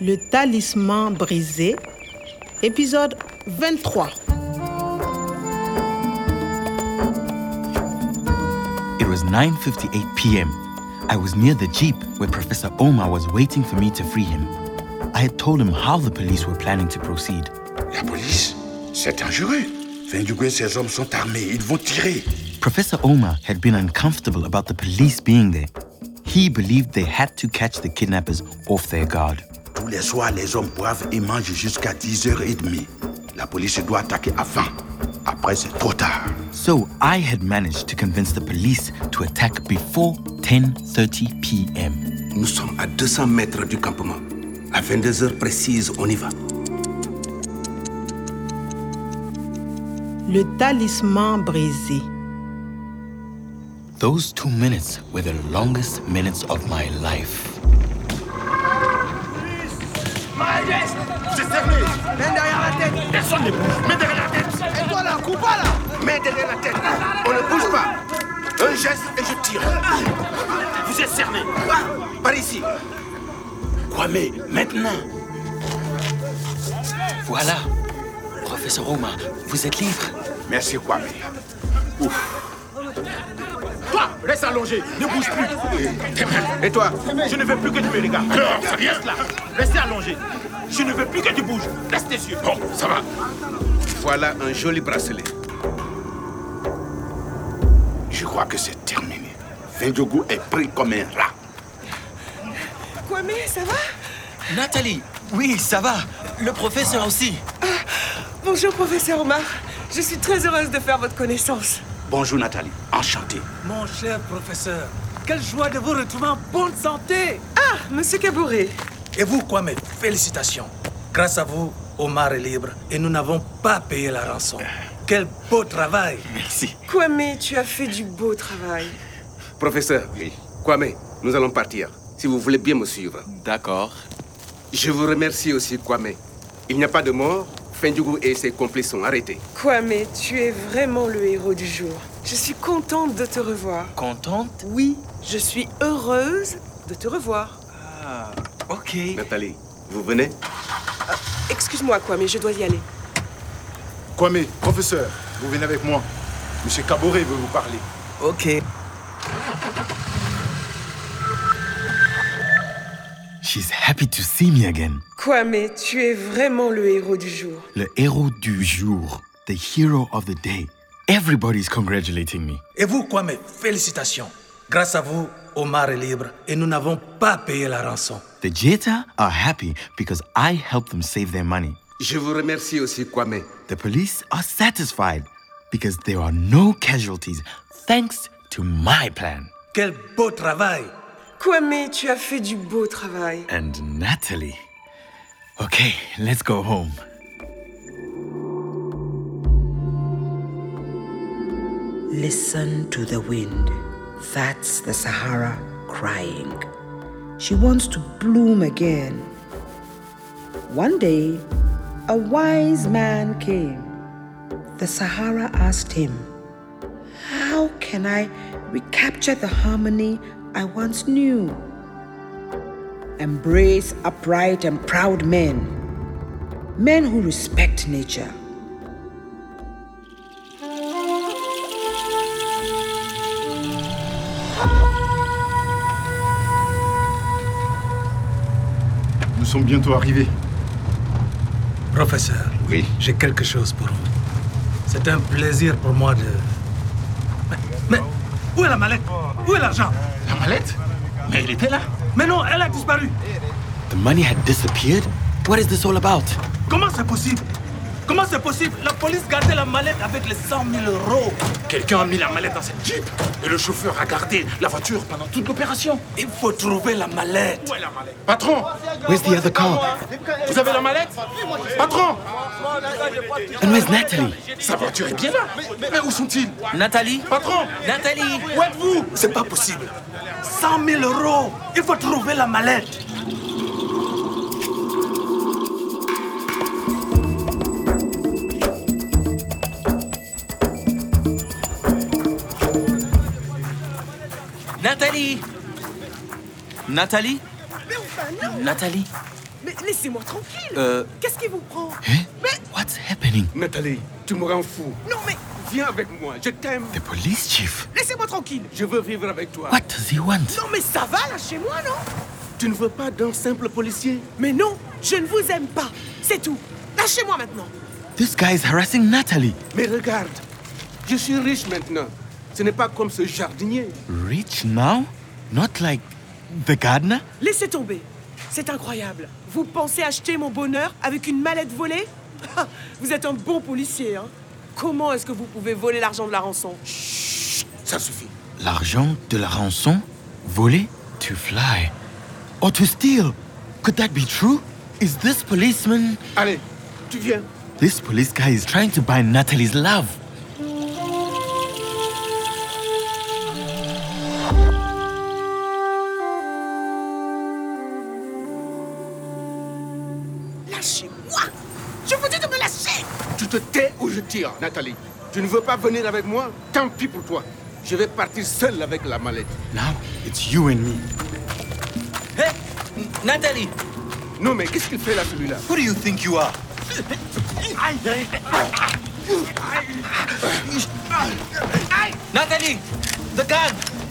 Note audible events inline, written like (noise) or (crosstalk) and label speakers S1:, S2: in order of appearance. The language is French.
S1: Le talisman brisé, épisode 23.
S2: It was 9:58 p.m. I was near the jeep where Professor Omar was waiting for me to free him. I had told him how the police were planning to proceed.
S3: La police C'est dangereux. Fendugue et ses hommes sont armés. Ils vont tirer.
S2: Professor Omar had been uncomfortable about the police being there. He believed they had to catch the kidnappers off their guard.
S3: Tous les soirs, les hommes boivent et mangent jusqu'à 10h30. La police doit attaquer avant. Après, c'est trop tard.
S2: So I had managed to convince the police to attack before 10:30 p.m.
S4: Nous sommes à 200 mètres du campement. À 22 heures précises, on y va.
S1: Le talisman brisé.
S2: Those 2 minutes were the longest minutes of my life.
S3: Mets derrière la tête. On ne bouge pas. Un geste et je tire. Vous êtes cerné. Par ici. Kwame, maintenant.
S2: Voilà. Professeur Omar, vous êtes libre.
S3: Merci, Kwame.
S5: Toi, reste allongé, ne bouge plus.
S3: Et toi
S5: Je ne veux plus que tu me regardes. Reste là, reste allongé. Je ne veux plus que tu bouges. Reste tes yeux. Bon, ça va.
S3: Voilà un joli bracelet. Je crois que c'est terminé. Fendjougou est pris comme un rat.
S6: Kwame, ça va
S2: Nathalie, oui, ça va. Le professeur aussi.
S6: Bonjour, professeur Omar. Je suis très heureuse de faire votre connaissance.
S3: Bonjour, Nathalie. Enchanté.
S7: Mon cher professeur, quelle joie de vous retrouver en bonne santé
S6: Ah, monsieur Cabouré.
S7: Et vous, quoi, mes félicitations. Grâce à vous, Omar est libre et nous n'avons pas payé la rançon. Quel beau travail
S2: Merci.
S6: Kwame, tu as fait du beau travail.
S8: Professeur, Kwame, nous allons partir. Si vous voulez bien me suivre.
S2: D'accord.
S8: Je vous remercie aussi, Kwame. Il n'y a pas de mort. Fendugu et ses complices sont arrêtés.
S6: Kwame, tu es vraiment le héros du jour. Je suis contente de te revoir.
S2: Contente
S6: Oui, je suis heureuse de te revoir.
S2: Ah, OK.
S8: Nathalie, vous venez
S6: Excuse-moi, Kwame, je dois y aller.
S9: Kwame, professeur, vous venez avec moi. Monsieur Caboret veut vous parler.
S2: OK. She's happy to see me again.
S6: Kwame, tu es vraiment le héros du jour.
S2: Le héros du jour, the hero of the day. Everybody's congratulating me.
S7: Et vous, quoi, mes félicitations. Grâce à vous, Omar est libre et nous n'avons pas payé la rançon.
S2: The Jeta are happy because I helped them save their money.
S8: Je vous remercie aussi, Kwame.
S2: The police are satisfied because there are no casualties thanks to my plan.
S7: Quel beau travail
S6: Kwame, tu as fait du beau travail.
S2: And Natalie. Okay, let's go home.
S10: Listen to the wind. That's the Sahara crying. She wants to bloom again. One day, a wise man came. The Sahara asked him, How can I recapture the harmony I once knew? Embrace upright and proud men, men who respect nature.
S9: Nous sommes bientôt arrivés.
S7: Professeur,
S3: Oui.
S7: j'ai quelque chose pour vous. C'est un plaisir pour moi de... Mais, mais où est la mallette Où est l'argent
S5: La mallette Mais il était là.
S7: Mais non, elle a disparu.
S2: The money had disappeared? What is this all about?
S7: Comment c'est possible Comment c'est possible La police gardait la mallette avec les 100 000 euros.
S5: Quelqu'un a mis la mallette dans cette jeep et le chauffeur a gardé la voiture pendant toute l'opération.
S7: Il faut trouver la mallette.
S5: Où est la mallette
S9: Patron,
S2: Where's the other car?
S5: Vous avez la mallette
S9: patron
S2: And where's Natalie?
S5: Sa voiture est bien là.
S9: Mais où sont-ils
S2: Natalie?
S9: Patron
S2: Natalie!
S9: Où êtes-vous
S7: C'est pas possible. 100 000 euros. Il faut trouver la mallette.
S2: Nathalie Nathalie Nathalie
S6: Mais laissez-moi tranquille
S2: Euh.
S6: Qu'est-ce qui vous prend
S2: Eh? What's happening?
S8: Nathalie, tu me rends fou.
S6: Non mais
S8: Viens avec moi, je t'aime.
S2: The police chief?
S6: laissez-moi tranquille
S8: Je veux vivre avec toi.
S2: What does he want?
S6: Non mais ça va, lâchez-moi, non
S8: Tu ne veux pas d'un simple policier
S6: Mais non, je ne vous aime pas, c'est tout Lâchez-moi maintenant
S2: This guy is harassing Natalie.
S8: Mais regarde, je suis riche maintenant. Ce n'est pas comme ce jardinier.
S2: Rich now? Not like the gardener?
S6: Laissez tomber C'est incroyable Vous pensez acheter mon bonheur avec une mallette volée (laughs) Ah, Vous êtes un bon policier, hein Comment est-ce que vous pouvez voler l'argent de la rançon
S8: Ça suffit.
S2: L'argent de la rançon? Voler? To fly? Or to steal? Could that be true? Is this policeman.
S8: Allez, tu viens.
S2: This police guy is trying to buy Natalie's love.
S6: Lâchez-moi Je vous dis de me lâcher
S8: Tu te tais ou je tire, Nathalie. Tu ne veux pas venir avec moi Tant pis pour toi. Je vais partir seul avec la mallette.
S2: Now it's you and me.
S7: Hé Nathalie
S8: Non, mais qu'est-ce qu'il fait là, celui-là
S2: Who do you think you are?
S7: Nathalie The gun